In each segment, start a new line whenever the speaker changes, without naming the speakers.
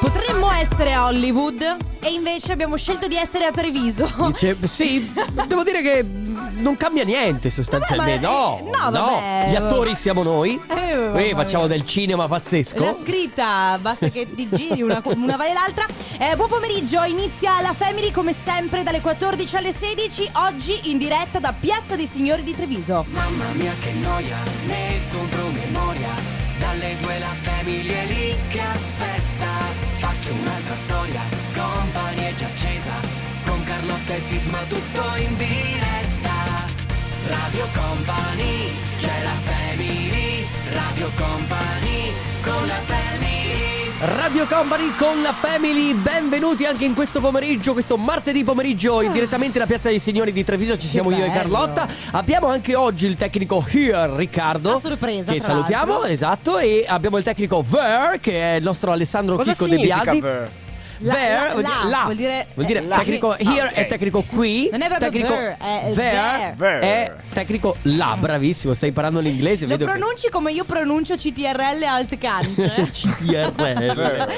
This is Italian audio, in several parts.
Potremmo essere a Hollywood e invece abbiamo scelto di essere a Treviso.
Dice, sì, devo dire che non cambia niente sostanzialmente.
Vabbè, ma-
no,
no, vabbè.
Gli attori siamo noi.
Eh,
Noi
vabbè.
facciamo del cinema pazzesco.
La scritta, basta che ti giri una, una vale l'altra. Eh, buon pomeriggio, inizia la Family come sempre dalle 14 alle 16, oggi in diretta da Piazza dei Signori di Treviso.
Mamma mia che noia, metto un promemoria Dalle due la famiglia è lì che aspetta Faccio un'altra storia, company è già accesa Con Carlotta e Sisma tutto in diretta Radio Company, c'è la family Radio Company, con la family
Radio Company con la Family, benvenuti anche in questo pomeriggio, questo martedì pomeriggio in direttamente da Piazza dei Signori di Treviso, ci siamo io
Ah.
e
bello.
Carlotta. Abbiamo anche oggi il tecnico Here Riccardo.
A sorpresa,
Che
tra
salutiamo,
l'altro.
esatto, e abbiamo il tecnico Ver che è il nostro Alessandro
Cosa
Chicco De
significa
Biasi.
ver?
La-
Ver
la-
vuol dire
la,
là.
vuol dire-
vuol dire
eh, la.
tecnico here
Ah, ok.
e tecnico qui.
Non è proprio
tecnico
ver, è
ver,
ver.
è tecnico là, bravissimo, stai imparando l'inglese,
Lo
vedo che-
pronunci come io pronuncio CTRL alt cance.
CTRL.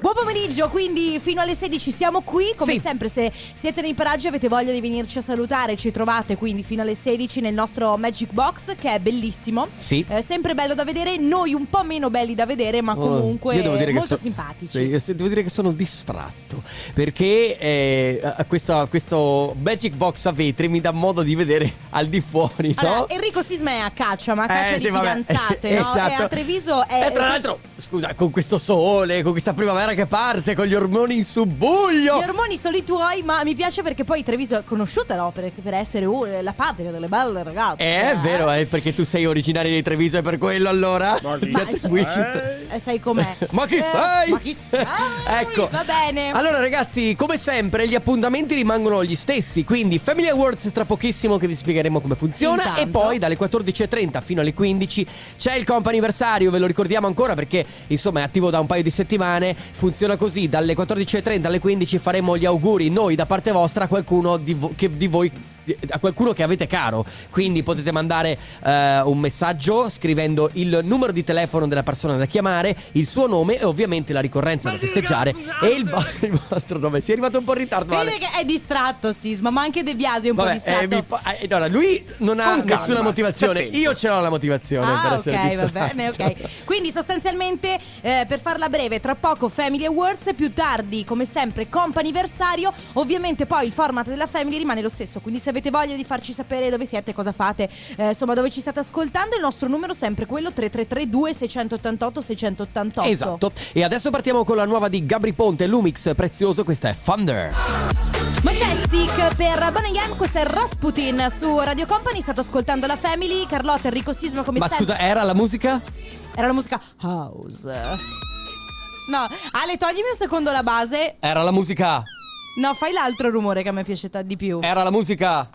Buon pomeriggio, quindi fino alle 16 siamo qui, come
Sì.
sempre se siete nei paraggi e avete voglia di venirci a salutare, ci trovate quindi fino alle 16 nel nostro Magic Box che è bellissimo.
Sì.
Eh, sempre bello da vedere, noi un po' meno belli da vedere, ma
Oh,
comunque
io devo dire che
molto
so-
simpatici.
sì, io se- devo dire che sono distratto perché eh, a- a questa- a questo Magic Box a vetri mi dà modo di vedere al di fuori,
Allora,
no?
Enrico Sisma è a caccia, ma a caccia
Eh,
di
sì, vabbè.
fidanzate, no?
Esatto.
E a Treviso è...
E tra l'altro, scusa, con questo sole, con questa primavera che parte, con gli ormoni in subbuglio.
Gli ormoni sono i tuoi, ma mi piace perché poi Treviso è conosciuta no? per, per essere uh, la patria delle belle ragazze.
Eh, è vero, eh, perché tu sei originario di Treviso e per quello allora.
Ma chi
Just
sei?
wish it.
Eh, sai com'è?
Ma chi
Eh,
sei?
Ma chi sei?
ecco.
Va bene.
Allora ragazzi, come sempre gli appuntamenti rimangono gli stessi, quindi Family Awards tra pochissimo che vi spiegheremo come funziona
Intanto.
e poi dalle 14.30 fino alle 15 c'è il comp anniversario, ve lo ricordiamo ancora perché insomma è attivo da un paio di settimane, funziona così, dalle 14.30 alle 15 faremo gli auguri noi da parte vostra a qualcuno di, vo- che- di voi a qualcuno che avete caro. Quindi potete mandare eh, un messaggio scrivendo il numero di telefono della persona da chiamare, il suo nome e ovviamente la ricorrenza da festeggiare e il, vo- il vostro nome. Si è arrivato un po' in ritardo. Ale.
Vede che è distratto Sisma, ma anche De Biasi è un
Vabbè,
po' distratto.
eh, mi po- eh, allora, lui non ha
Con calma,
nessuna motivazione.
attento.
Io ce l'ho la motivazione per
Ah,
essere
ok, va
distratto.
bene, ok. Quindi sostanzialmente, eh, per farla breve, tra poco Family Awards, più tardi, come sempre, comp anniversario. Ovviamente poi il format della Family rimane lo stesso, quindi se avete voglia di farci sapere dove siete, cosa fate, eh, insomma, dove ci state ascoltando, il nostro numero è sempre quello 3332 688 688.
Esatto. E adesso partiamo con la nuova di Gabri Ponte, Lumix Prezioso, questa è Thunder.
Majestic per Bonham, questo è Rasputin su Radio Company, state ascoltando la Family, Carlotta, Enrico Sisma come
Ma
sempre.
scusa, era la musica?
Era la musica house. No, Ale, toglimi un secondo la base.
Era la musica.
No, fai l'altro rumore che a me piace ta- di più.
Era la musica.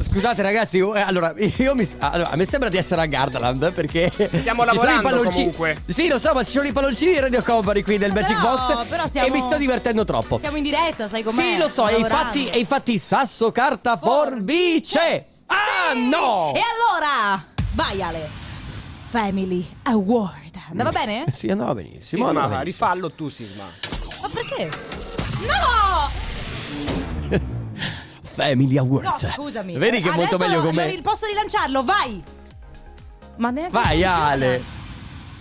Scusate ragazzi, eh, allora io mi allora, a me sembra di essere a Gardaland perché stiamo
lavorando comunque.
Sì, lo so, ma ci sono i palloncini di Radio Company qui nel Magic
Però-
Box
però
e
siamo-
mi sto divertendo troppo.
Siamo in diretta, sai com'è?
Sì, lo so, e
Lavorando.
infatti, e infatti sasso, carta, forbice.
Forbice.
Ah,
Sì!
no!
E allora, vai Ale. Family Award. Andava
Mm.
bene?
Eh, Sì, andava benissimo. andava
Sisma,
benissimo.
rifallo tu, Sisma.
Ma perché? No!
Family
No,
Awards.
scusami.
Cioè, Vedi che è molto
Adesso
meglio
lo-
con
lo ri-
me.
Posso rilanciarlo, vai. Ma neanche
Vai
funziona.
Ale.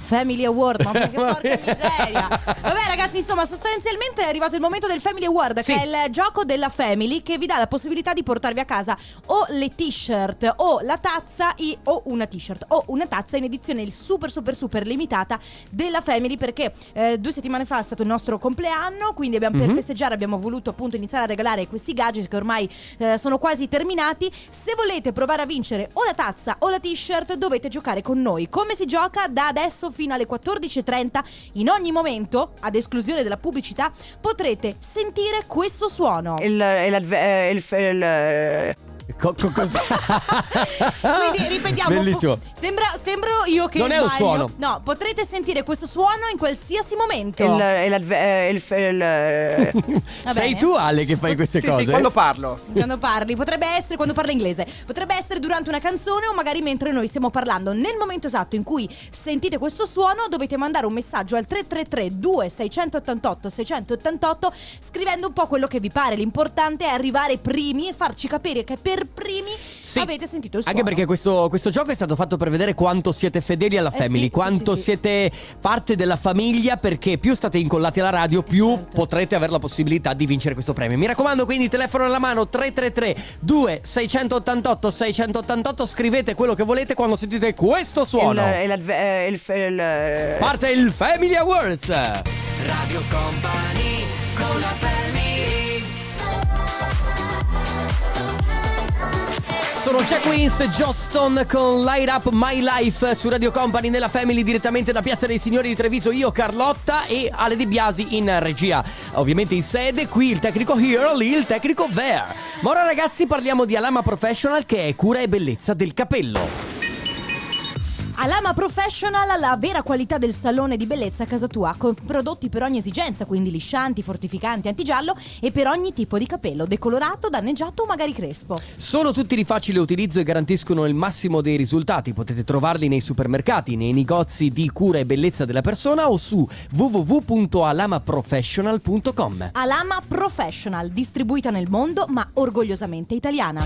Family Award, ma che
Mamma
porca
mia.
miseria. Vabbè ragazzi, insomma, sostanzialmente è arrivato il momento del Family Award,
Sì.
che è il gioco della Family che vi dà la possibilità di portarvi a casa o le t-shirt o la tazza i- o una t-shirt o una tazza in edizione super super super limitata della Family perché eh, due settimane fa è stato il nostro compleanno, quindi abbiamo, per
Mhm.
festeggiare abbiamo voluto appunto iniziare a regalare questi gadget che ormai eh, sono quasi terminati. Se volete provare a vincere o la tazza o la t-shirt, dovete giocare con noi. Come si gioca? Da adesso fino alle 14.30, in ogni momento, ad esclusione della pubblicità, potrete sentire questo suono.
il, il, adve- eh, il, fe- il, eh,
Co- co- cosa-
Quindi ripetiamo.
Bellissimo.
po- Sembra, sembro io che
Non è un
sbaglio.
suono.
No, potrete sentire questo suono in qualsiasi momento.
Il, è l'adve- eh, il, eh, fe- il-
Sei
bene.
tu Ale che fai queste
Sì,
cose?
sì, quando parlo.
Quando parli, potrebbe essere quando parla inglese, potrebbe essere durante una canzone o magari mentre noi stiamo parlando. Nel momento esatto in cui sentite questo suono dovete mandare un messaggio al 333-2688-688 scrivendo un po' quello che vi pare. L'importante è arrivare primi e farci capire che per primi
Sì.
avete sentito il suono.
Anche perché questo, questo gioco è stato fatto per vedere quanto siete fedeli alla
Eh
family,
sì, sì,
quanto
sì, sì.
siete parte della famiglia, perché più state incollati alla radio, più
certo.
potrete avere la possibilità di vincere questo premio. Mi raccomando, quindi telefono alla mano 333 2688 688, scrivete quello che volete quando sentite questo
il,
suono.
è l'adve- eh, il eh, fe- il-
Parte il Family Awards.
Radio Company con la family
Sono Jack Wins, Johnston con Light Up My Life su Radio Company nella Family direttamente da Piazza dei Signori di Treviso, io Carlotta e Ale De Biasi in regia. Ovviamente in sede, qui il tecnico Here, lì il tecnico There. Ma ora ragazzi parliamo di Alama Professional che è cura e bellezza del capello.
Alama Professional, la vera qualità del salone di bellezza a casa tua, con prodotti per ogni esigenza, quindi liscianti, fortificanti, antigiallo e per ogni tipo di capello, decolorato, danneggiato o magari crespo.
Sono tutti di facile utilizzo e garantiscono il massimo dei risultati. Potete trovarli nei supermercati, nei negozi di cura e bellezza della persona o su www.alamaprofessional.com.
Alama Professional, distribuita nel mondo ma orgogliosamente italiana.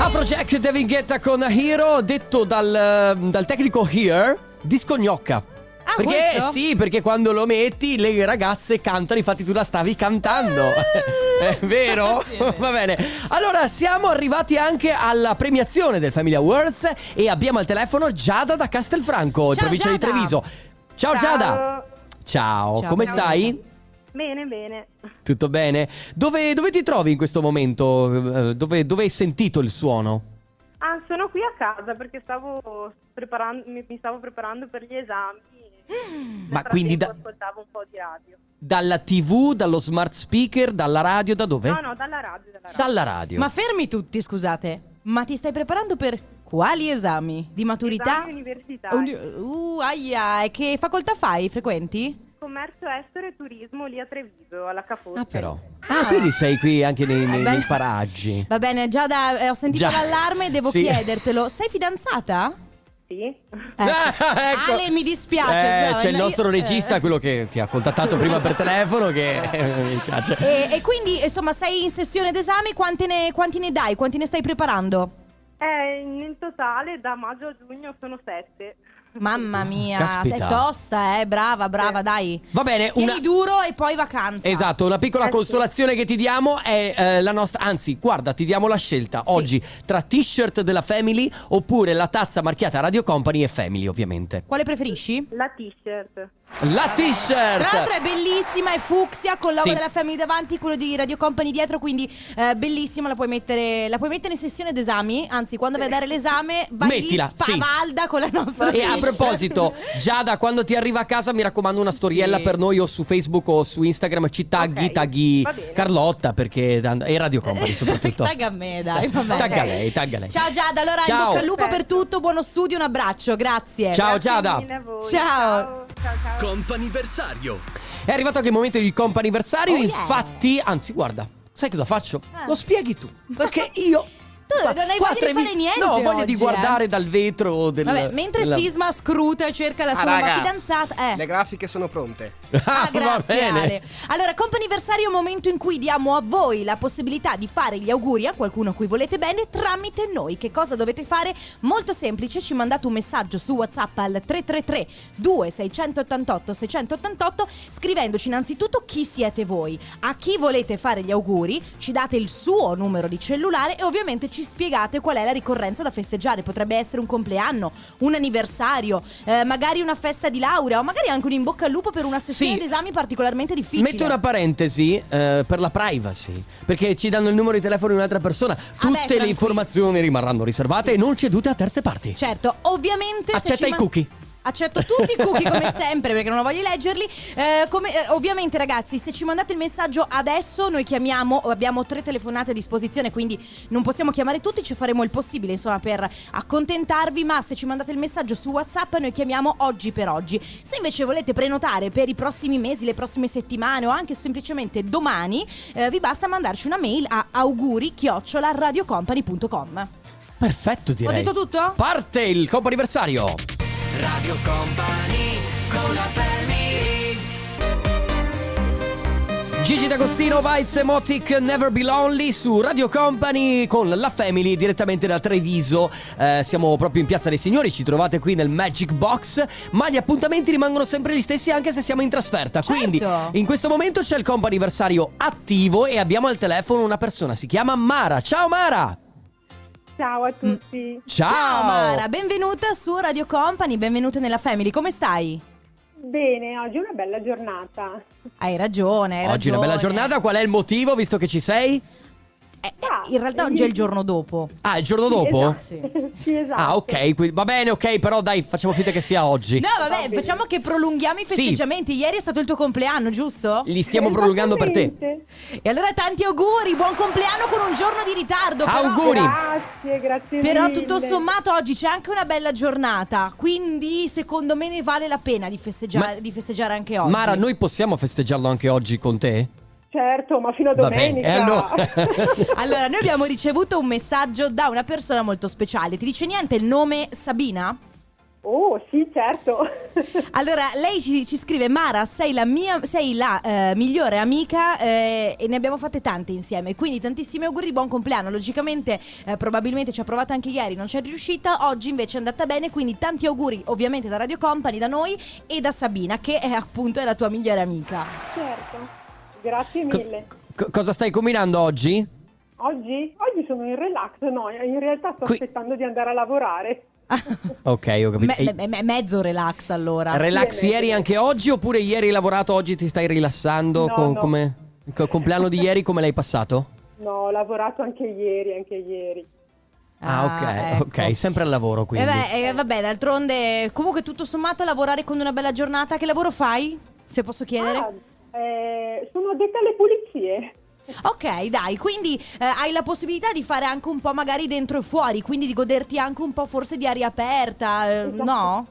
Ah,
Afrojack e Devin Guetta con Hero, detto dal, eh, dal tecnico Here, disco gnocca.
Ah,
perché
questo?
sì, perché quando lo metti le ragazze cantano, infatti tu la stavi cantando.
Eh.
È vero?
Sì, è vero.
Va bene. Allora siamo arrivati anche alla premiazione del Family Awards e abbiamo al telefono Giada da Castelfranco,
Ciao,
provincia di
Giada.
Treviso. Ciao, Oh, Giada. Ciao,
Ciao.
come
Ciao.
stai?
Bene, bene.
Tutto bene? Dove, dove ti trovi in questo momento? Eh, Dove, dove hai sentito il suono?
Ah, sono qui a casa perché stavo preparando, mi, mi stavo preparando per gli esami. e
Mm. Ma
nel
quindi da-
frattempo ascoltavo un po' di radio.
Dalla TV, dallo smart speaker, dalla radio, da dove?
No, no, dalla radio, dalla radio.
Eh? Dalla radio.
Ma fermi tutti, scusate. Ma ti stai preparando per quali esami? Di maturità?
Esami universitari.
Uni- Uh, aia, e che facoltà fai? Frequenti?
Commercio estero e turismo lì a Treviso, alla Ca' Forte.
Ah, però. Ah, quindi sei qui anche nei, nei-
Eh, beh.
nei paraggi.
Va bene, Giada, eh, ho sentito
Già.
l'allarme e devo
Sì.
chiedertelo. Sei fidanzata?
Sì.
Ecco.
Ah, ecco.
Ale, mi dispiace.
Eh,
Svevan,
c'è il
io-
nostro
eh.
regista, quello che ti ha contattato prima per telefono, che mi piace.
E, e quindi, insomma, sei in sessione d'esami, quante ne- quanti ne dai? Quanti ne stai preparando?
Eh, in totale da maggio a giugno sono sette.
Mamma mia,
Caspita.
è tosta, eh, brava, brava,
Sì.
dai.
Va bene,
Tieni
una-
duro e poi vacanza.
Esatto, una piccola
Eh sì.
consolazione che ti diamo è eh, la nostra. Anzi, guarda, ti diamo la scelta
Sì.
oggi tra t-shirt della Family oppure la tazza marchiata Radio Company e Family, ovviamente.
Quale preferisci?
La t-shirt.
La
Tra
t-shirt!
l'altro è bellissima, è fucsia con l'aura
Certo. Sì.
della Family davanti, quello di Radio Company dietro, quindi eh, bellissima, la puoi, mettere, la puoi mettere in sessione d'esami, anzi quando vai a dare l'esame vai
Mettila,
lì
sì.
spavalda con la nostra
E a
t-shirt.
proposito, Giada, quando ti arriva a casa, mi raccomando una storiella
Sì.
per noi o su Facebook o su Instagram. Ci tagghi,
Ok,
tagghi
va bene.
Carlotta perché tan- e Radio Company soprattutto.
Tagga a me, dai, va bene.
Tagga
Ok.
lei, tagga lei.
Ciao Giada, allora in
Ciao.
bocca al lupo per
Perfetto.
tutto, buono studio, un abbraccio, grazie.
Ciao,
Grazie
Giada.
mille a voi.
Ciao.
Ciao, ciao.
Companiversario
È arrivato anche il momento di comp'anniversario.
Oh, yes.
Infatti, anzi, guarda, sai cosa faccio?
Ah.
Lo spieghi tu. Perché io.
Tu
qua-
non hai
qua
voglia di
tre
fare niente
No, voglia
oggi,
di
eh.
guardare dal vetro del.
Vabbè, mentre
della-
Sisma scruta e cerca la
Ah,
sua nuova
raga,
fidanzata, eh.
Le grafiche sono pronte.
Ah,
Ah, va
grazie
bene.
Ale. Allora, comp'anniversario è un momento in cui diamo a voi la possibilità di fare gli auguri a qualcuno a cui volete bene tramite noi. Che cosa dovete fare? Molto semplice, ci mandate un messaggio su WhatsApp al 333 2688 688 scrivendoci innanzitutto chi siete voi, a chi volete fare gli auguri, ci date il suo numero di cellulare e ovviamente ci spiegate qual è la ricorrenza da festeggiare. Potrebbe essere un compleanno, un anniversario, eh, magari una festa di laurea o magari anche un in bocca al lupo per una sessione
Sì.
di esami particolarmente difficile.
Metto una parentesi eh, per la privacy, perché ci danno il numero di telefono di un'altra persona. Tutte le
Ah tranquilli.
informazioni rimarranno riservate e non cedute a terze parti.
Certo, ovviamente se
Accetta
ci
i
man-
cookie.
Accetto tutti i cookie come sempre perché non voglio leggerli. Eh, come- eh, ovviamente ragazzi, se ci mandate il messaggio adesso noi chiamiamo, abbiamo tre telefonate a disposizione, quindi non possiamo chiamare tutti, ci faremo il possibile insomma per accontentarvi, ma se ci mandate il messaggio su WhatsApp noi chiamiamo oggi per oggi. Se invece volete prenotare per i prossimi mesi, le prossime settimane o anche semplicemente domani, eh, vi basta mandarci una mail a auguri@radiocompany.com.
Perfetto, direi.
Ho detto tutto?
Parte il compo anniversario.
Radio Company con la family
Gigi D'Agostino, Vice Emotic, Never Be Lonely su Radio Company con la Family direttamente da Treviso. Eh, siamo proprio in Piazza dei Signori, ci trovate qui nel Magic Box, ma gli appuntamenti rimangono sempre gli stessi anche se siamo in trasferta.
Certo.
Quindi in questo momento c'è il compo anniversario attivo e abbiamo al telefono una persona, si chiama Mara. Ciao Mara!
Ciao
Mm.
a tutti.
Ciao!
Mara, benvenuta su Radio Company, benvenuta nella Family, come stai?
Bene, oggi è una bella giornata.
Hai ragione, hai ragione.
Oggi è una bella giornata, qual è il motivo visto che ci sei?
Eh, eh, in realtà oggi è il giorno dopo.
Ah, il giorno dopo?
Esatto. sì, esatto.
Ah, ok, qui- va bene, ok, però dai, facciamo finta che sia oggi.
No, vabbè, facciamo che prolunghiamo i
Sì.
festeggiamenti. Ieri è stato il tuo compleanno, giusto?
Li stiamo prolungando per te.
Esattamente.
E allora tanti auguri, buon compleanno con un giorno di ritardo. Però,
Auguri.
Grazie, grazie
Però
mille.
tutto sommato oggi c'è anche una bella giornata, quindi secondo me ne vale la pena di festeggiare,
Ma-
di festeggiare anche oggi.
Mara, noi possiamo festeggiarlo anche oggi con te?
Certo, ma fino a
Va bene,
domenica.
e allora?
Allora, noi abbiamo ricevuto un messaggio da una persona molto speciale. Ti dice niente il nome Sabina?
oh, sì, certo.
Allora, lei ci, ci scrive: Mara, sei la mia, sei la eh, migliore amica eh, e ne abbiamo fatte tante insieme. Quindi, tantissimi auguri di buon compleanno. Logicamente, eh, probabilmente ci ha provato anche ieri, non c'è riuscita. Oggi invece è andata bene. Quindi, tanti auguri, ovviamente, da Radio Company, da noi e da Sabina, che è appunto è la tua migliore amica.
certo. Grazie
Co-
mille.
co- cosa stai combinando oggi?
Oggi? Oggi sono in relax, no, in realtà sto
Qui-
aspettando di andare a lavorare.
Ok, ho capito.
Me- me- me- mezzo relax, allora.
Ehi, relax ieri anche oggi oppure ieri hai lavorato, oggi ti stai rilassando?
No,
con,
no.
Come, col compleanno di ieri come l'hai passato?
No, ho lavorato anche ieri, anche ieri.
Ah, ok,
ecco.
ok, sempre al lavoro
Eh
quindi.
beh, eh, vabbè, d'altronde, comunque tutto sommato lavorare con una bella giornata, che lavoro fai? Se posso chiedere?
Ah, eh, sono addetta alle pulizie.
Ok, dai, quindi eh, hai la possibilità di fare anche un po' magari dentro e fuori, quindi di goderti anche un po' forse di aria aperta, eh,
Esatto.
no?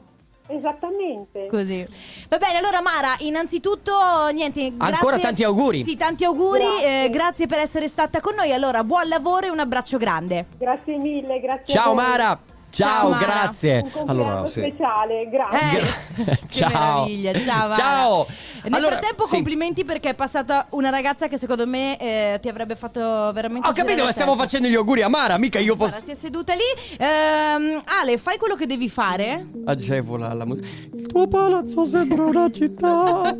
Esattamente.
Così. Va bene, allora Mara, innanzitutto niente, grazie.
Ancora tanti auguri.
Sì, tanti auguri, eh, grazie.
Grazie.
per essere stata con noi. Allora, buon lavoro e un abbraccio grande.
Grazie mille, grazie. a
Ciao
voi.
Mara!
Ciao,
Ciao,
Mara.
grazie.
Un compleanno speciale, grazie.
Eh,
Gra-
che
ciao.
meraviglia, ciao. Mara.
Ciao.
Nel
Allora,
frattempo,
sì.
complimenti perché è passata una ragazza che secondo me eh, ti avrebbe fatto veramente.
Ho capito, ma stiamo
facendo
facendo gli auguri a Mara, mica io
Guarda,
posso
si è seduta lì. Ehm, Ale, fai quello che devi fare.
agevola la musica. Il tuo palazzo sembra una città.
Va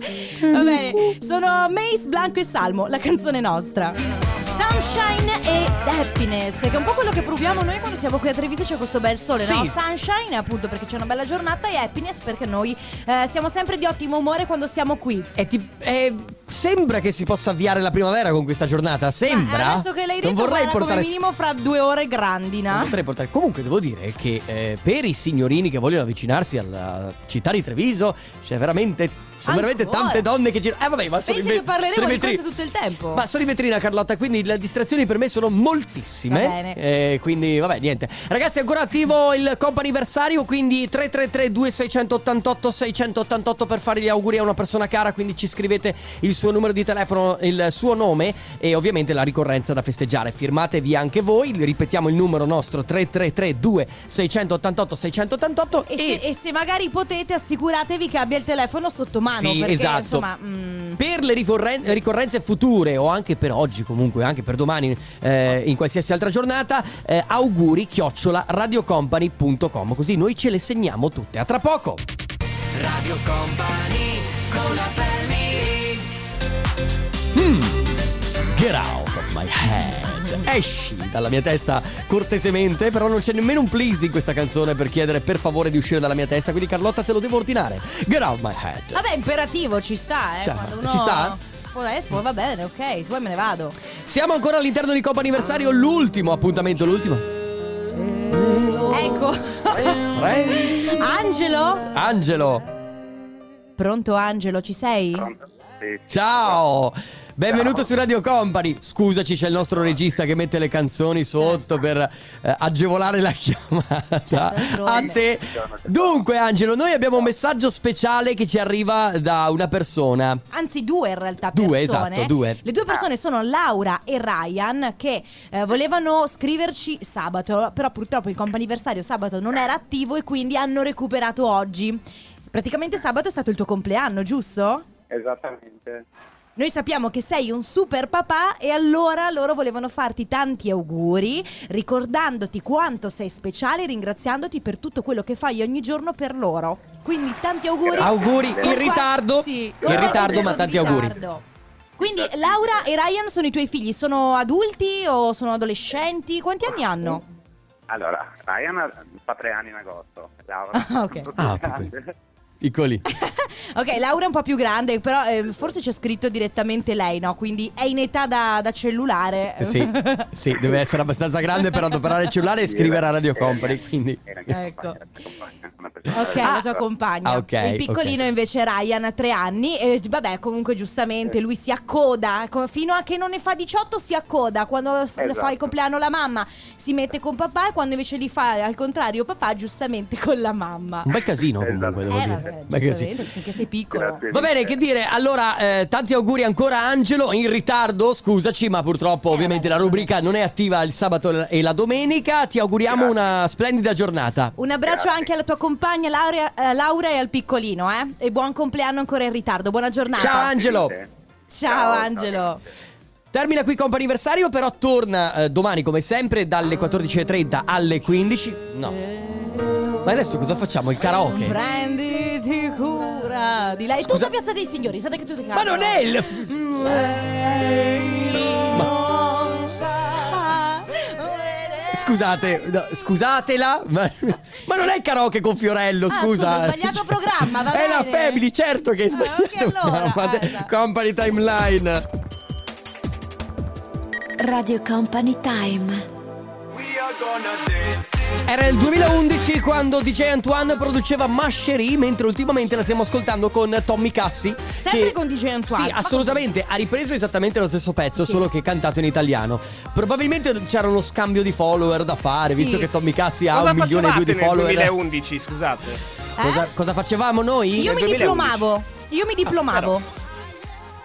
bene. Sono Mace, Blanco e Salmo, la canzone nostra. Sunshine e Happiness, che è un po' quello che proviamo noi quando siamo qui a Treviso e c'è questo bel sole,
Sì.
no? Sunshine appunto perché c'è una bella giornata e Happiness perché noi eh, siamo sempre di ottimo umore quando siamo qui.
E ti- eh, sembra che si possa avviare la primavera con questa giornata. Sembra.
Ma Eh, adesso che l'hai detto,
non vorrei
guarda,
portare.
come
Oh.
minimo Ah. fra due ore grandina.
non potrei portare- Comunque devo dire che eh, per i signorini che vogliono avvicinarsi alla città di Treviso c'è veramente. Sono
Ancora?
veramente tante donne che girano. Eh vabbè, ma sono
Pensi
in ve-
che parleremo
sono in
di
vetri-
questo tutto il tempo?
Ma sono in vetrina, Carlotta, quindi le distrazioni per me sono moltissime.
Va bene.
Eh, quindi, vabbè, niente. Ragazzi, ancora attivo il comp anniversario. Quindi 333-2688-688 per fare gli auguri a una persona cara. Quindi ci scrivete il suo numero di telefono, il suo nome e ovviamente la ricorrenza da festeggiare. Firmatevi anche voi. Ripetiamo il numero nostro: 333-2688-688.
E, se, e se magari potete assicuratevi che abbia il telefono sotto mano.
Sì,
perché,
esatto.
Insomma, mm,
Per le ricorren- ricorrenze future o anche per oggi comunque, anche per domani, eh, in qualsiasi altra giornata, eh, auguri chiocciola radiocompany.com così noi ce le segniamo tutte. A tra poco!
Radio Company con la family
Hmm. Get out of my head. Esci dalla mia testa cortesemente, però non c'è nemmeno un please in questa canzone per chiedere per favore di uscire dalla mia testa, quindi Carlotta te lo devo ordinare. Get out of my head.
Vabbè, imperativo, ci sta, eh.
Cioè,
quando uno-
ci sta?
Poi, eh, poi va bene, ok, se poi me ne vado.
Siamo ancora all'interno di Coppa Anniversario, l'ultimo appuntamento, l'ultimo.
Ecco.
Tre.
Angelo?
Angelo,
Pronto Angelo, ci sei?
ciao! Benvenuto su Radio Company. Scusaci, c'è il nostro regista che mette le canzoni sotto per eh, agevolare la
Certo,
chiamata. A
d'altronde.
te. Dunque, Angelo, noi abbiamo un messaggio speciale che ci arriva da una persona.
Anzi, due in realtà
Due,
persone.
esatto, due.
Le due persone sono Laura e Ryan che eh, volevano scriverci sabato, però purtroppo il comp'anniversario sabato non era attivo e quindi hanno recuperato oggi. Praticamente sabato è stato il tuo compleanno, giusto?
Esattamente.
Noi sappiamo che sei un super papà e allora loro volevano farti tanti auguri, ricordandoti quanto sei speciale e ringraziandoti per tutto quello che fai ogni giorno per loro. Quindi tanti auguri.
Auguri
Con
in
qua-
ritardo.
sì, con
in
qualche
ritardo,
giorno
ma
di
tanti auguri.
ritardo. Quindi Laura e Ryan sono i tuoi figli, sono adulti o sono adolescenti? Quanti anni hanno?
Allora, Ryan ha- fa tre anni in agosto. Laura.
Ah, ok.
Ah, Piccoli.
Ok, Laura è un po' più grande, però eh, forse c'è scritto direttamente lei, no? Quindi è in età da, da cellulare.
Eh Sì, sì, deve essere abbastanza grande per adoperare il cellulare e scrivere a Radio Company.
eh,
Quindi.
Ecco.
Ecco.
Ok, la tua compagna.
Ah, ok,
il piccolino
ok.
invece Ryan ha tre anni e vabbè, comunque giustamente lui si accoda, co- fino a che non ne fa 18 si accoda, quando f-
Esatto.
fa il compleanno la mamma si mette con papà e quando invece li fa al contrario papà giustamente con la mamma.
Un bel casino
Esatto.
comunque, devo
Eh
dire.
vabbè,
Bel casino.
giustamente, finché sei piccolo.
Grazie.
Va bene, che dire? Allora, eh, tanti auguri ancora a Angelo, in ritardo, scusaci, ma purtroppo
Eh,
ovviamente la
vabbè.
rubrica non è attiva il sabato e la domenica. Ti auguriamo
Grazie.
una splendida giornata.
Un abbraccio
Grazie.
anche alla tua compagna Laura, eh, Laura e al piccolino, eh? E buon compleanno ancora in ritardo, buona giornata.
Ciao, An- Angelo.
Ciao, Angelo.
Termina qui comp'anniversario, però torna eh, domani come sempre dalle 14.30 alle 15. No. Ma adesso cosa facciamo? Il karaoke?
Prenditi cura di lei.
Scusa-
Tutta Piazza dei Signori, state che tu ti
Ma non è il... Scusate, no, scusatela, ma, ma non è il karaoke con Fiorello,
Ah,
scusa.
scusa, ho sbagliato programma, va
È la
bene.
Family, certo che hai
Ah,
sbagliato.
ok, allora,
programma.
guarda.
Company Timeline.
Radio Company Time.
Era il 2011 quando DJ Antoine produceva Mashery, mentre ultimamente la stiamo ascoltando con Tommy Cassi.
Sempre con DJ Antoine.
Sì,
Ma
assolutamente. Ha ripreso esattamente lo stesso pezzo, solo che cantato in italiano. Probabilmente c'era uno scambio di follower da fare,
Sì.
visto che Tommy Cassi ha
Cosa
un milione e due
facevate
di
nel
follower.
2011, scusate?
Cosa, cosa facevamo noi?
Eh? Io mi
2011.
diplomavo. Io
Ah,
mi diplomavo.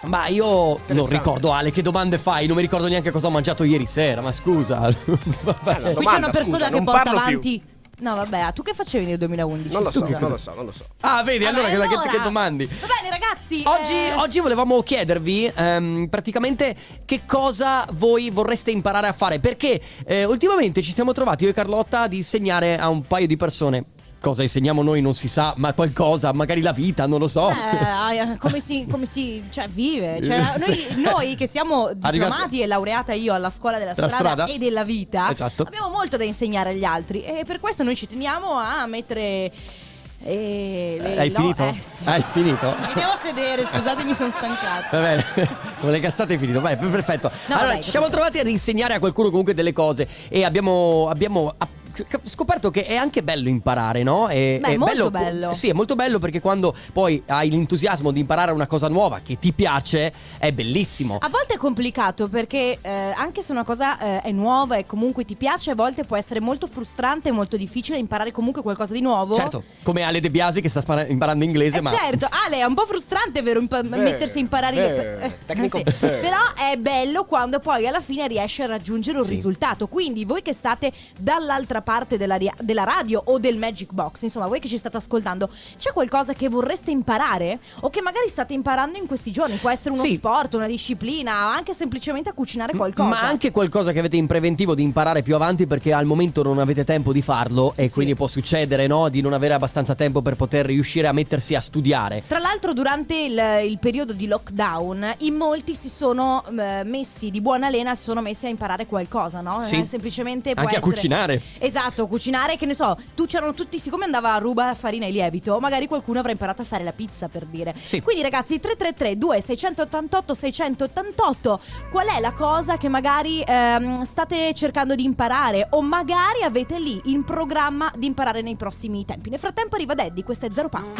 Ma io non
Interessante.
ricordo, Ale, che domande fai? Non mi ricordo neanche cosa ho mangiato ieri sera, ma scusa. Vabbè.
Allora,
Qui c'è una
Domanda,
persona
scusa,
che
non
porta
parlo più.
avanti. No, vabbè, ah, tu che facevi nel 2011?
Non lo so,
Scusa.
non lo so, non lo so.
Ah, vedi, allora,
Vabbè,
cosa- che- Che, domandi?
Va bene, ragazzi.
Oggi,
eh,
oggi volevamo chiedervi ehm, praticamente che cosa voi vorreste imparare a fare perché eh, ultimamente ci siamo trovati io e Carlotta ad insegnare a un paio di persone cosa insegniamo noi non si sa ma qualcosa magari la vita non lo so
eh, eh, come si, come si cioè, vive? Cioè, noi,
Sì.
noi che siamo
Arrivati-
diplomati e laureata io alla scuola della
Della
strada,
strada.
e della vita,
Esatto.
abbiamo molto da insegnare agli altri e per questo noi ci teniamo a mettere. eh, le-
hai
no,
finito?
eh, sì.
Hai finito?
Mi devo sedere, scusate, mi sono stancata.
Va bene, con le cazzate è finito. Vai, per- perfetto.
No,
allora,
dai,
ci siamo trovati ad insegnare a qualcuno comunque delle cose e abbiamo. abbiamo app- scoperto che è anche bello imparare, no? È,
Beh,
è
molto bello.
Sì, è molto bello perché quando poi hai l'entusiasmo di imparare una cosa nuova che ti piace, è bellissimo.
A volte è complicato perché eh, anche se una cosa eh, è nuova e comunque ti piace, a volte può essere molto frustrante e molto difficile imparare comunque qualcosa di nuovo.
Certo, come Ale De Biasi che sta spara- imparando inglese,
boh. Eh,
ma
certo, Ale, è un po' frustrante, vero? impa- mettersi a imparare le-
eh,
eh,
tecnico-
sì.
eh.
Però è bello quando poi alla fine riesci a raggiungere un
Sì.
risultato. Quindi voi che state dall'altra parte della, ria- della radio o del Magic Box, insomma, voi che ci state ascoltando, c'è qualcosa che vorreste imparare? O che magari state imparando in questi giorni? Può essere uno
Sì.
sport, una disciplina, o anche semplicemente a cucinare qualcosa.
Ma anche qualcosa che avete in preventivo di imparare più avanti perché al momento non avete tempo di farlo e
Sì.
quindi può succedere no, di non avere abbastanza tempo per poter riuscire a mettersi a studiare.
Tra l'altro durante il, il periodo di lockdown in molti si sono eh, messi di buona lena, si sono messi a imparare qualcosa, no?
Sì.
Eh, semplicemente può
Anche a
essere-
cucinare.
esatto, cucinare, che ne so, tu c'erano tutti, siccome andava a ruba farina e lievito, magari qualcuno avrà imparato a fare la pizza per dire.
Sì.
Quindi ragazzi, 333 2688 688, qual è la cosa che magari ehm, state cercando di imparare o magari avete lì in programma di imparare nei prossimi tempi? Nel frattempo arriva Daddy, questo è Zero Pass.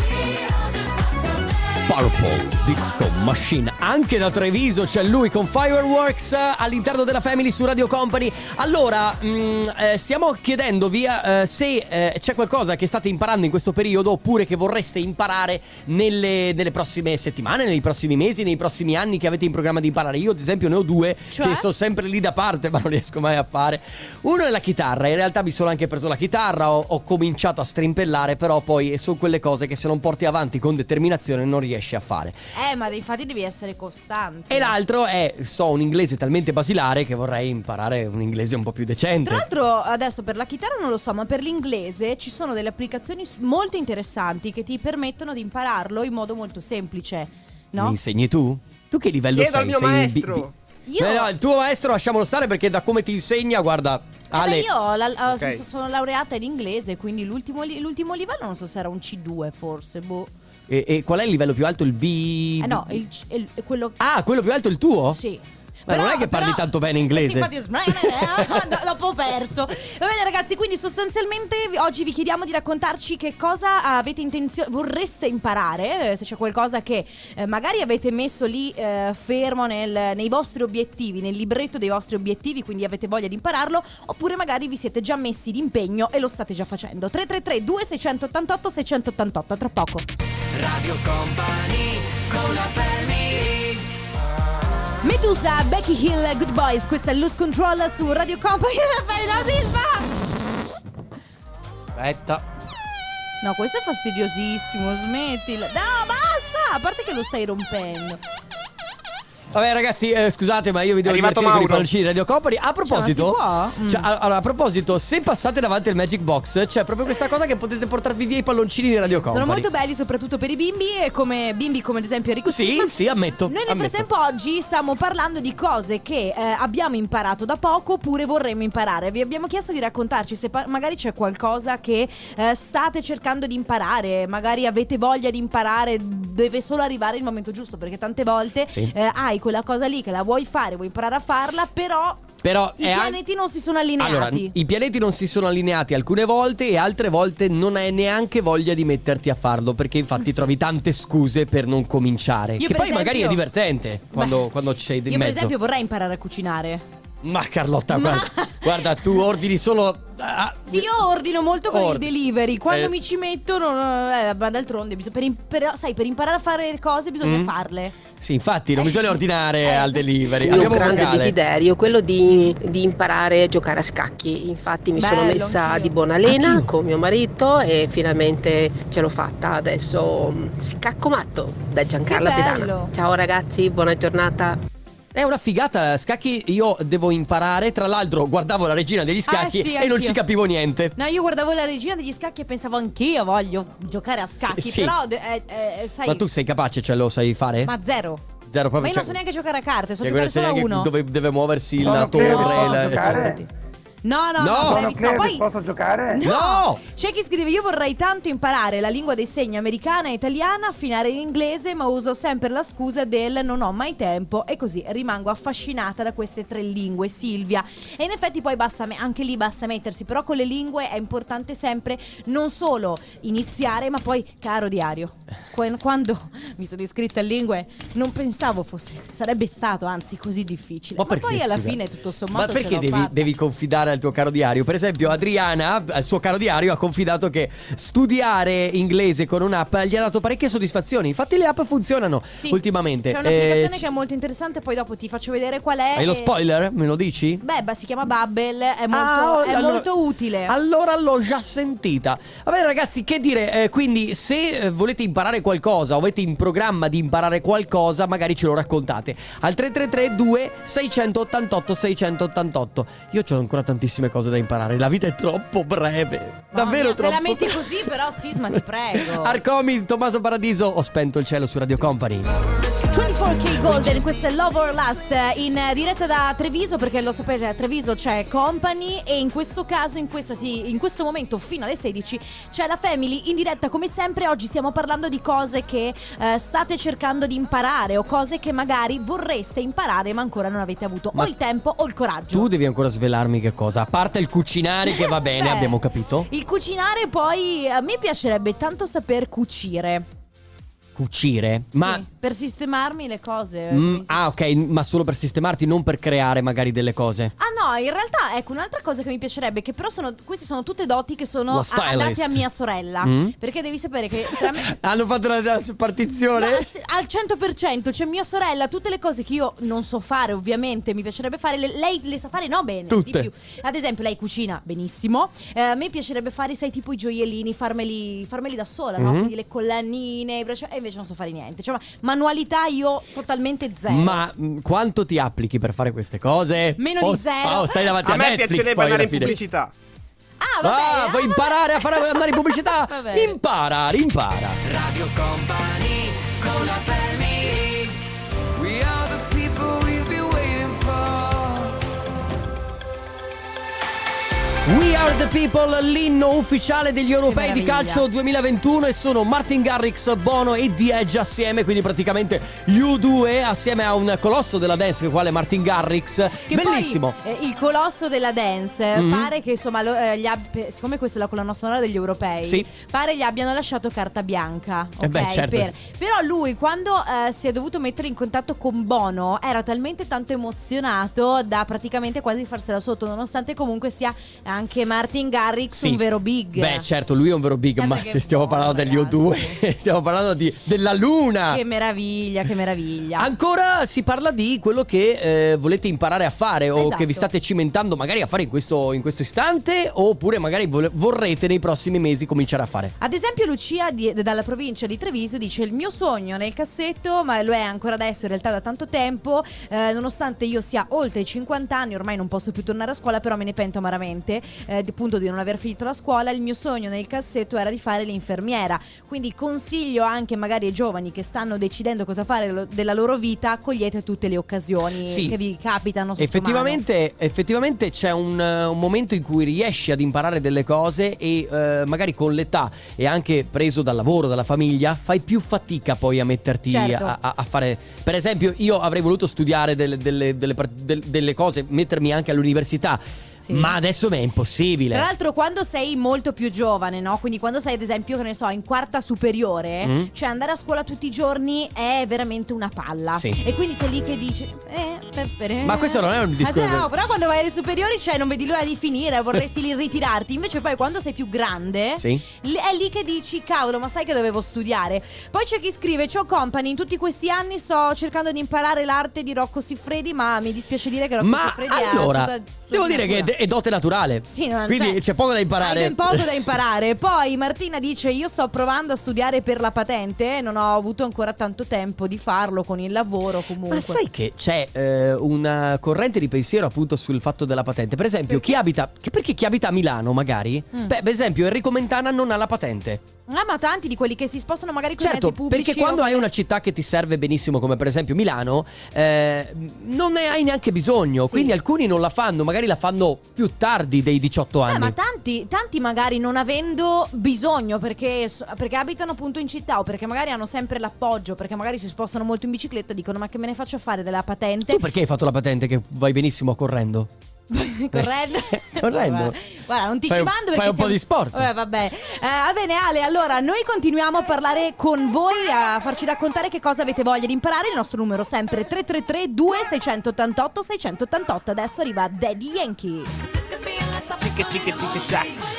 Purple Disco Machine. Anche da Treviso c'è lui con Fireworks eh, all'interno della Family su Radio Company. Allora, mm, eh, stiamo chiedendo via eh, se eh, c'è qualcosa che state imparando in questo periodo oppure che vorreste imparare nelle, nelle prossime settimane, nei prossimi mesi, nei prossimi anni che avete in programma di imparare. Io ad esempio ne ho due
Cioè?
che sono sempre lì da parte ma non riesco mai a fare. Uno è la chitarra, in realtà mi sono anche preso la chitarra, ho, ho cominciato a strimpellare, però poi sono quelle cose che se non porti avanti con determinazione non riesci a fare.
Eh, ma infatti devi essere costante.
E l'altro è, so un inglese talmente basilare che vorrei imparare un inglese un po' più decente.
Tra l'altro adesso per la chitarra non lo so, ma per l'inglese ci sono delle applicazioni s- molto interessanti che ti permettono di impararlo in modo molto semplice,
Mi
no?
insegni tu? Tu che livello
Chiedo
sei?
al mio
Sei in
maestro.
B- B- Beh, Eh, no, il tuo maestro lasciamolo stare perché da come ti insegna, guarda,
Eh beh,
Ale...
io la- la-
Ok.
so- sono laureata in inglese, quindi l'ultimo, li- l'ultimo livello non so se era un C2 forse, boh.
E, e qual è il livello più alto? Il B...
Eh no, il, C- il- quello...
Ah, quello più alto è il tuo?
Sì.
Ma non è che parli tanto bene inglese.
Eh Sì, infatti, no, dopo eh, perso. Va bene, ragazzi, quindi sostanzialmente vi- oggi vi chiediamo di raccontarci che cosa avete intenzione, vorreste imparare, eh, se c'è qualcosa che eh, magari avete messo lì eh, fermo nel- nei vostri obiettivi, nel libretto dei vostri obiettivi, quindi avete voglia di impararlo, oppure magari vi siete già messi d'impegno e lo state già facendo. 333 2688 688, tra poco.
Radio Company con la family
Medusa, Becky Hill, Good Boys, questa è Loose Control su Radio Company della Famiglia Silva.
Aspetta.
No, questo è fastidiosissimo, smettila. No, basta! A parte che lo stai rompendo.
Vabbè ragazzi, eh, scusate ma io vi devo
arrivato
divertire con i
Mauro.
palloncini di Radio Company A proposito
Cioè, ma si può?
cioè, a- allora, a proposito, se passate davanti al Magic Box C'è proprio questa cosa che potete portarvi via i palloncini di Radio Company
Sono molto belli, soprattutto per i bimbi, e come bimbi come ad esempio Enrico
Sì,
Sisma.
sì, ammetto,
Noi nel
ammetto.
frattempo oggi stiamo parlando di cose che eh, abbiamo imparato da poco oppure vorremmo imparare. Vi abbiamo chiesto di raccontarci se pa- magari c'è qualcosa che eh, state cercando di imparare, magari avete voglia di imparare, deve solo arrivare il momento giusto, perché tante volte
Sì.
eh, hai quella cosa lì che la vuoi fare, vuoi imparare a farla, però
Però
i
è an-
pianeti non si sono allineati.
Allora, i pianeti non si sono allineati alcune volte e altre volte non hai neanche voglia di metterti a farlo perché infatti trovi tante scuse per non cominciare.
Io,
che
per
poi
esempio-
magari è divertente quando,
Beh,
quando c'è di
Io per
mezzo.
esempio vorrei imparare a cucinare.
Ma Carlotta,
Ma-
guarda, guarda, tu ordini solo... ah,
Sì, io ordino molto con
Ordini.
i delivery. Quando
Eh.
mi ci metto, non, eh, ma d'altronde, bisog- per, im- per- sai, per imparare a fare le cose bisogna
Mm.
farle.
Sì, infatti, non bisogna ordinare
Eh,
al
sì.
delivery.
Il mio
Abbiamo un
grande
vocale.
desiderio, quello di, di imparare a giocare a scacchi. Infatti mi sono
Bello,
messa
anch'io.
di buona lena
Anch'io.
con mio marito e finalmente ce l'ho fatta. Adesso mm, scacco matto da Giancarla
Che bello.
Pedana. Ciao ragazzi, buona giornata.
È una figata, scacchi io devo imparare. Tra l'altro, guardavo la regina degli scacchi
Eh, sì,
e non
anch'io.
ci capivo niente.
No, io guardavo la regina degli scacchi e pensavo anch'io voglio giocare a scacchi.
Sì.
Però, eh, eh, sai,
Ma tu sei capace, cioè lo sai fare?
ma zero.
Zero proprio.
Ma io
cioè-
non so neanche giocare a carte, so
Cioè,
giocare
quella
solo a
serie che
uno.
Dove deve muoversi
Sono
la torre.
fermo,
la-
posso giocare?
eccetera.
No, no,
No!
no,
Sono
l'hai visto. Poi,
posso giocare?
No!
C'è chi scrive: Io vorrei tanto imparare la lingua dei segni americana e italiana, affinare l'inglese, ma uso sempre la scusa del non ho mai tempo. E così rimango affascinata da queste tre lingue, Silvia. E in effetti, poi basta me- anche lì basta mettersi. Però con le lingue è importante sempre non solo iniziare, ma poi, caro diario, qu- quando mi sono iscritta a lingue, non pensavo fosse. sarebbe stato anzi così difficile. Ma,
perché,
poi alla
scusa?
fine, tutto sommato,
Ma
ce
perché
l'ho
devi,
fatta.
devi confidare al tuo caro diario? Per esempio, Adriana, al suo caro diario, ha confidato che studiare inglese con un'app gli ha dato parecchie soddisfazioni. Infatti, le app funzionano
Sì.
ultimamente.
C'è un'applicazione
Eh,
che è molto interessante, poi dopo ti faccio vedere qual è.
Hai lo
e-
spoiler? Me lo dici?
Beh, beh, si chiama Bubble, è molto,
Ah,
oh, è
allora-
molto utile.
Allora l'ho già sentita. Vabbè, ragazzi, che dire? eh, quindi, se eh, volete imparare qualcosa o avete in programma di imparare qualcosa, magari ce lo raccontate. Al 3332 688 688. Io ho ancora tantissime cose da imparare. La vita è troppo breve.
Mamma
Davvero
mia,
troppo.
Se la metti così, però, Sisma, ti prego.
Arcomi, Tommaso Paradiso, ho spento il cielo su Radio Company.
Lovers
24K Golden, questo è Love or Lust eh, in eh, diretta da Treviso perché lo sapete a Treviso c'è Company e in questo caso, in, questa si- in questo momento fino alle 16 c'è la Family in diretta come sempre. Oggi stiamo parlando di cose che eh, state cercando di imparare o cose che magari vorreste imparare ma ancora non avete avuto
Ma
o il tempo o il coraggio.
Tu devi ancora svelarmi che cosa. A parte il cucinare che va bene,
Beh.
abbiamo capito.
Eh, Il cucinare poi a me piacerebbe tanto saper cucire.
Cucire.
Sì,
Ma...
per sistemarmi le cose.
Mm,
mi sa-
ah, ok, ma solo per sistemarti, non per creare magari delle cose.
Ah no, in realtà ecco un'altra cosa che mi piacerebbe, che però sono, queste sono tutte doti che sono
La
a-
stylist.
andate a mia sorella.
Mm.
Perché devi sapere che tra me...
Hanno fatto la, la partizione?
Ma se- al 100%, cioè mia sorella, tutte le cose che io non so fare ovviamente, mi piacerebbe fare, le- lei le sa fare no bene,
Tutte.
di più. Ad esempio lei cucina benissimo, eh, a me piacerebbe fare, sai, tipo i gioiellini, farmeli, farmeli da sola, no?
Mhm.
Quindi le collanine, i braccia- e invece non so fare niente. Cioè, ma- manualità io totalmente zero.
Ma mh, quanto ti applichi per fare queste cose?
Meno
Oh,
di zero.
oh, stai davanti a,
A me
Netflix
piacerebbe
poi,
andare
alla
in
fine.
pubblicità.
Ah, vabbè,
Ah,
ah,
vuoi
vabbè.
imparare a fare andare in pubblicità?
Va bene.
impara, rimpara.
Radio Company con la family. We are the people we've been waiting for.
We are the people, l'inno ufficiale degli europei di
meraviglia.
calcio 2021 e sono Martin Garrix, Bono e The Edge assieme, quindi praticamente gli U2 assieme a un colosso della dance quale Martin Garrix.
Che
Bellissimo.
poi, eh, il colosso della dance eh,
Mhm.
pare che insomma lo- eh, gli ab- pe- siccome questa è la colonna sonora degli europei
Sì.
pare gli abbiano lasciato carta bianca
Eh beh,
ok?
certo.
Per- però lui quando eh, si è dovuto mettere in contatto con Bono era talmente tanto emozionato da praticamente quasi farsela sotto nonostante comunque sia anche Martin Garrix
Sì.
un vero big
Beh, certo, lui è un vero big,
Eh,
ma
perché
se stiamo
buono,
parlando degli U2, stiamo parlando di- della luna.
che meraviglia che meraviglia
Ancora si parla di quello che eh, volete imparare a fare o
Esatto.
che vi state cimentando magari a fare in questo, in questo istante oppure magari vole- vorrete nei prossimi mesi cominciare a fare.
Ad esempio Lucia di- dalla provincia di Treviso dice il mio sogno nel cassetto, ma lo è ancora adesso in realtà da tanto tempo, eh, nonostante io sia oltre i 50 anni, ormai non posso più tornare a scuola, però me ne pento amaramente, eh, di- appunto di non aver finito la scuola, il mio sogno nel cassetto era di fare l'infermiera, quindi consiglio anche magari ai giovani che stanno decidendo cosa fare dello- della loro vita, cogliete tutte le occasioni
Sì.
che vi capitano. sotto
Effettivamente, effettivamente c'è un, eh, un momento in cui riesci ad imparare delle cose e eh, magari con l'età e anche preso dal lavoro, dalla famiglia, fai più fatica poi a metterti
Certo.
a, a- a fare. Per esempio, io avrei voluto studiare delle, delle- delle par- del- delle cose, mettermi anche all'università,
mano. Sì.
ma adesso mi è impossibile.
Tra l'altro, quando sei molto più giovane, no? Quindi, quando sei, ad esempio, che ne so, in quarta superiore,
Mm.
cioè andare a scuola tutti i giorni è veramente una palla.
Sì.
E quindi sei lì che dici. Eh, pe- pe-
Ma questo non è un discorso-
Ah, cioè, no, però quando vai alle superiori, cioè, non vedi l'ora di finire, vorresti lì ritirarti. Invece, poi quando sei più grande.
Sì.
L- È lì che dici, cavolo, ma sai che dovevo studiare. Poi c'è chi scrive: Ciao company, in tutti questi anni sto cercando di imparare l'arte di Rocco Siffredi, ma mi dispiace dire che Rocco
Ma
Siffredi ha
allora,
tutta-
devo
tutta
dire che è
natura.
d- è dote naturale.
Sì, non-
Quindi
cioè,
c'è poco da imparare.
Hai ben poco da imparare. Poi Martina dice: Io sto provando a studiare per la patente. Non ho avuto ancora tanto tempo di farlo con il lavoro. Comunque.
Ma sai che c'è eh, una corrente di pensiero appunto sul fatto della patente? Per esempio, chi abita. che- Perché chi abita a Milano, magari?
Mm.
Beh, per esempio, Enrico Mentana non ha la patente.
Ah, ma tanti di quelli che si spostano magari con i
certo,
mezzi pubblici.
perché
o-
quando hai una città che ti serve benissimo, come per esempio Milano, eh, non ne hai neanche bisogno.
Sì.
Quindi alcuni non la fanno, magari la fanno più tardi dei 18
Eh,
anni.
ma tanti, tanti magari non avendo bisogno perché, so- perché abitano appunto in città o perché magari hanno sempre l'appoggio, perché magari si spostano molto in bicicletta, dicono ma che me ne faccio fare della patente?
Tu perché hai fatto la patente che vai benissimo correndo?
Correndo.
Correndo.
Guarda, guarda, non ti
Fai
ci
un-
mando
fai
perché
un po' di sport.
Vabbè, vabbè. Eh, va bene Ale, allora noi continuiamo a parlare con voi, a farci raccontare che cosa avete voglia di imparare. Il nostro numero sempre 333 2688 688. Adesso arriva Daddy Yankee.
Cicca cicca cicca ciao.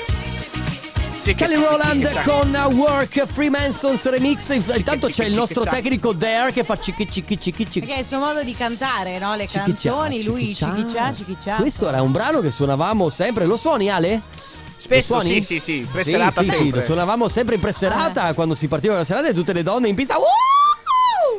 Kelly Rowland con Work Freemansons Remix. Intanto c'è il nostro tecnico Dare che fa cicchi cicchi cicchi cicchi.
Perché è il suo modo di cantare, no? Le
Cicchi cia,
canzoni,
cicchi
lui
cia.
cicchiccia, cicchiccia.
Questo era un brano che suonavamo sempre. Lo suoni, Ale?
Spesso
Lo suoni?
sì, sì, sì, in presserata
sì, sì,
sempre.
Eh.
lo suonavamo sempre in presserata quando si partiva la serata e tutte le donne in pista. "Uh!"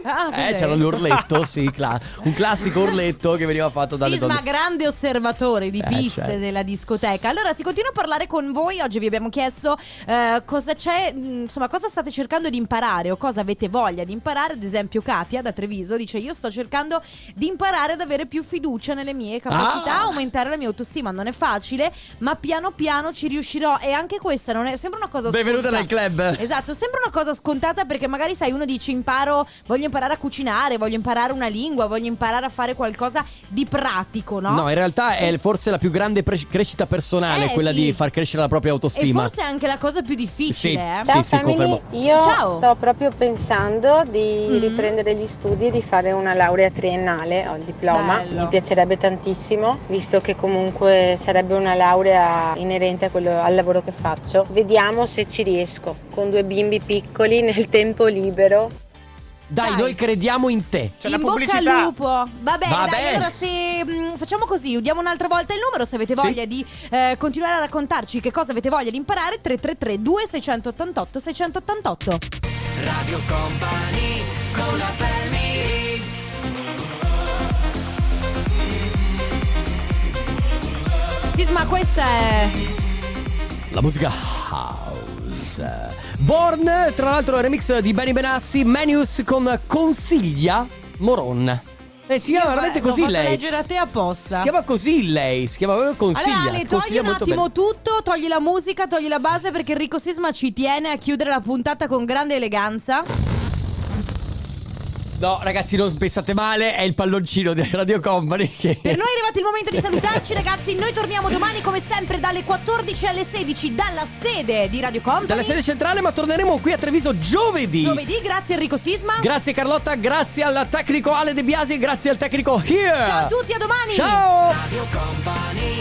Ah,
eh,
cos'è?
c'era l'urletto, sì, cla- un classico urletto che veniva fatto dalle
Sisma,
donne.
grande osservatore di
Eh,
piste
certo.
della discoteca. Allora, si continua a parlare con voi. Oggi vi abbiamo chiesto eh, cosa c'è, mh, insomma, cosa state cercando di imparare o cosa avete voglia di imparare. Ad esempio, Katia da Treviso dice: Io sto cercando di imparare ad avere più fiducia nelle mie capacità,
Ah!
aumentare la mia autostima. Non è facile, ma piano piano ci riuscirò. E anche questa non è. Sembra una cosa
Benvenuta
scontata.
nel club.
Esatto, sembra una cosa scontata perché magari sai uno dice imparo, voglio imparare a cucinare, voglio imparare una lingua, voglio imparare a fare qualcosa di pratico, no?
No, in realtà è forse la più grande pre- crescita personale,
Eh,
quella
sì.
di far crescere la propria
e
autostima.
forse è anche la cosa più
Sì,
difficile, eh?
sì, sì, confermo.
io
Ciao.
sto proprio pensando di
Mm.
riprendere gli studi e di fare una laurea triennale, ho il diploma,
Bello.
mi piacerebbe tantissimo, visto che comunque sarebbe una laurea inerente a quello- al lavoro che faccio. Vediamo se ci riesco, con due bimbi piccoli nel tempo libero.
Dai,
Dai.
noi crediamo in te.
C'è la
in bocca al
pubblicità.
lupo. Va bene,
Va
dai,
bene.
allora se mh, facciamo così, diamo un'altra volta il numero se avete
Sì.
voglia di eh, continuare a raccontarci che cosa avete voglia di imparare 333 2688 688.
Radio Company con la family
Sisma, questa è
La musica house. Born, tra l'altro, remix di Benny Benassi, Manius con Consiglia Moron. Eh, si chiama veramente
L'ho
così
fatto
lei.
leggere a te apposta.
Si chiama così lei, si chiama proprio Consiglia.
Allora Ale, togli
Consiglia
un
molto
attimo
bene.
tutto, togli la musica, togli la base perché Enrico Sisma ci tiene a chiudere la puntata con grande eleganza.
No, ragazzi, non pensate male, è il palloncino del Radio Company che...
Per noi è arrivato il momento di salutarci ragazzi, noi torniamo domani come sempre dalle 14 alle 16 dalla sede di Radio Company.
Dalla sede centrale, ma torneremo qui a Treviso giovedì.
Giovedì, grazie Enrico Sisma.
Grazie Carlotta, grazie al tecnico Ale De Biasi, grazie al tecnico Here.
Ciao a tutti, a domani.
Ciao.
Radio Company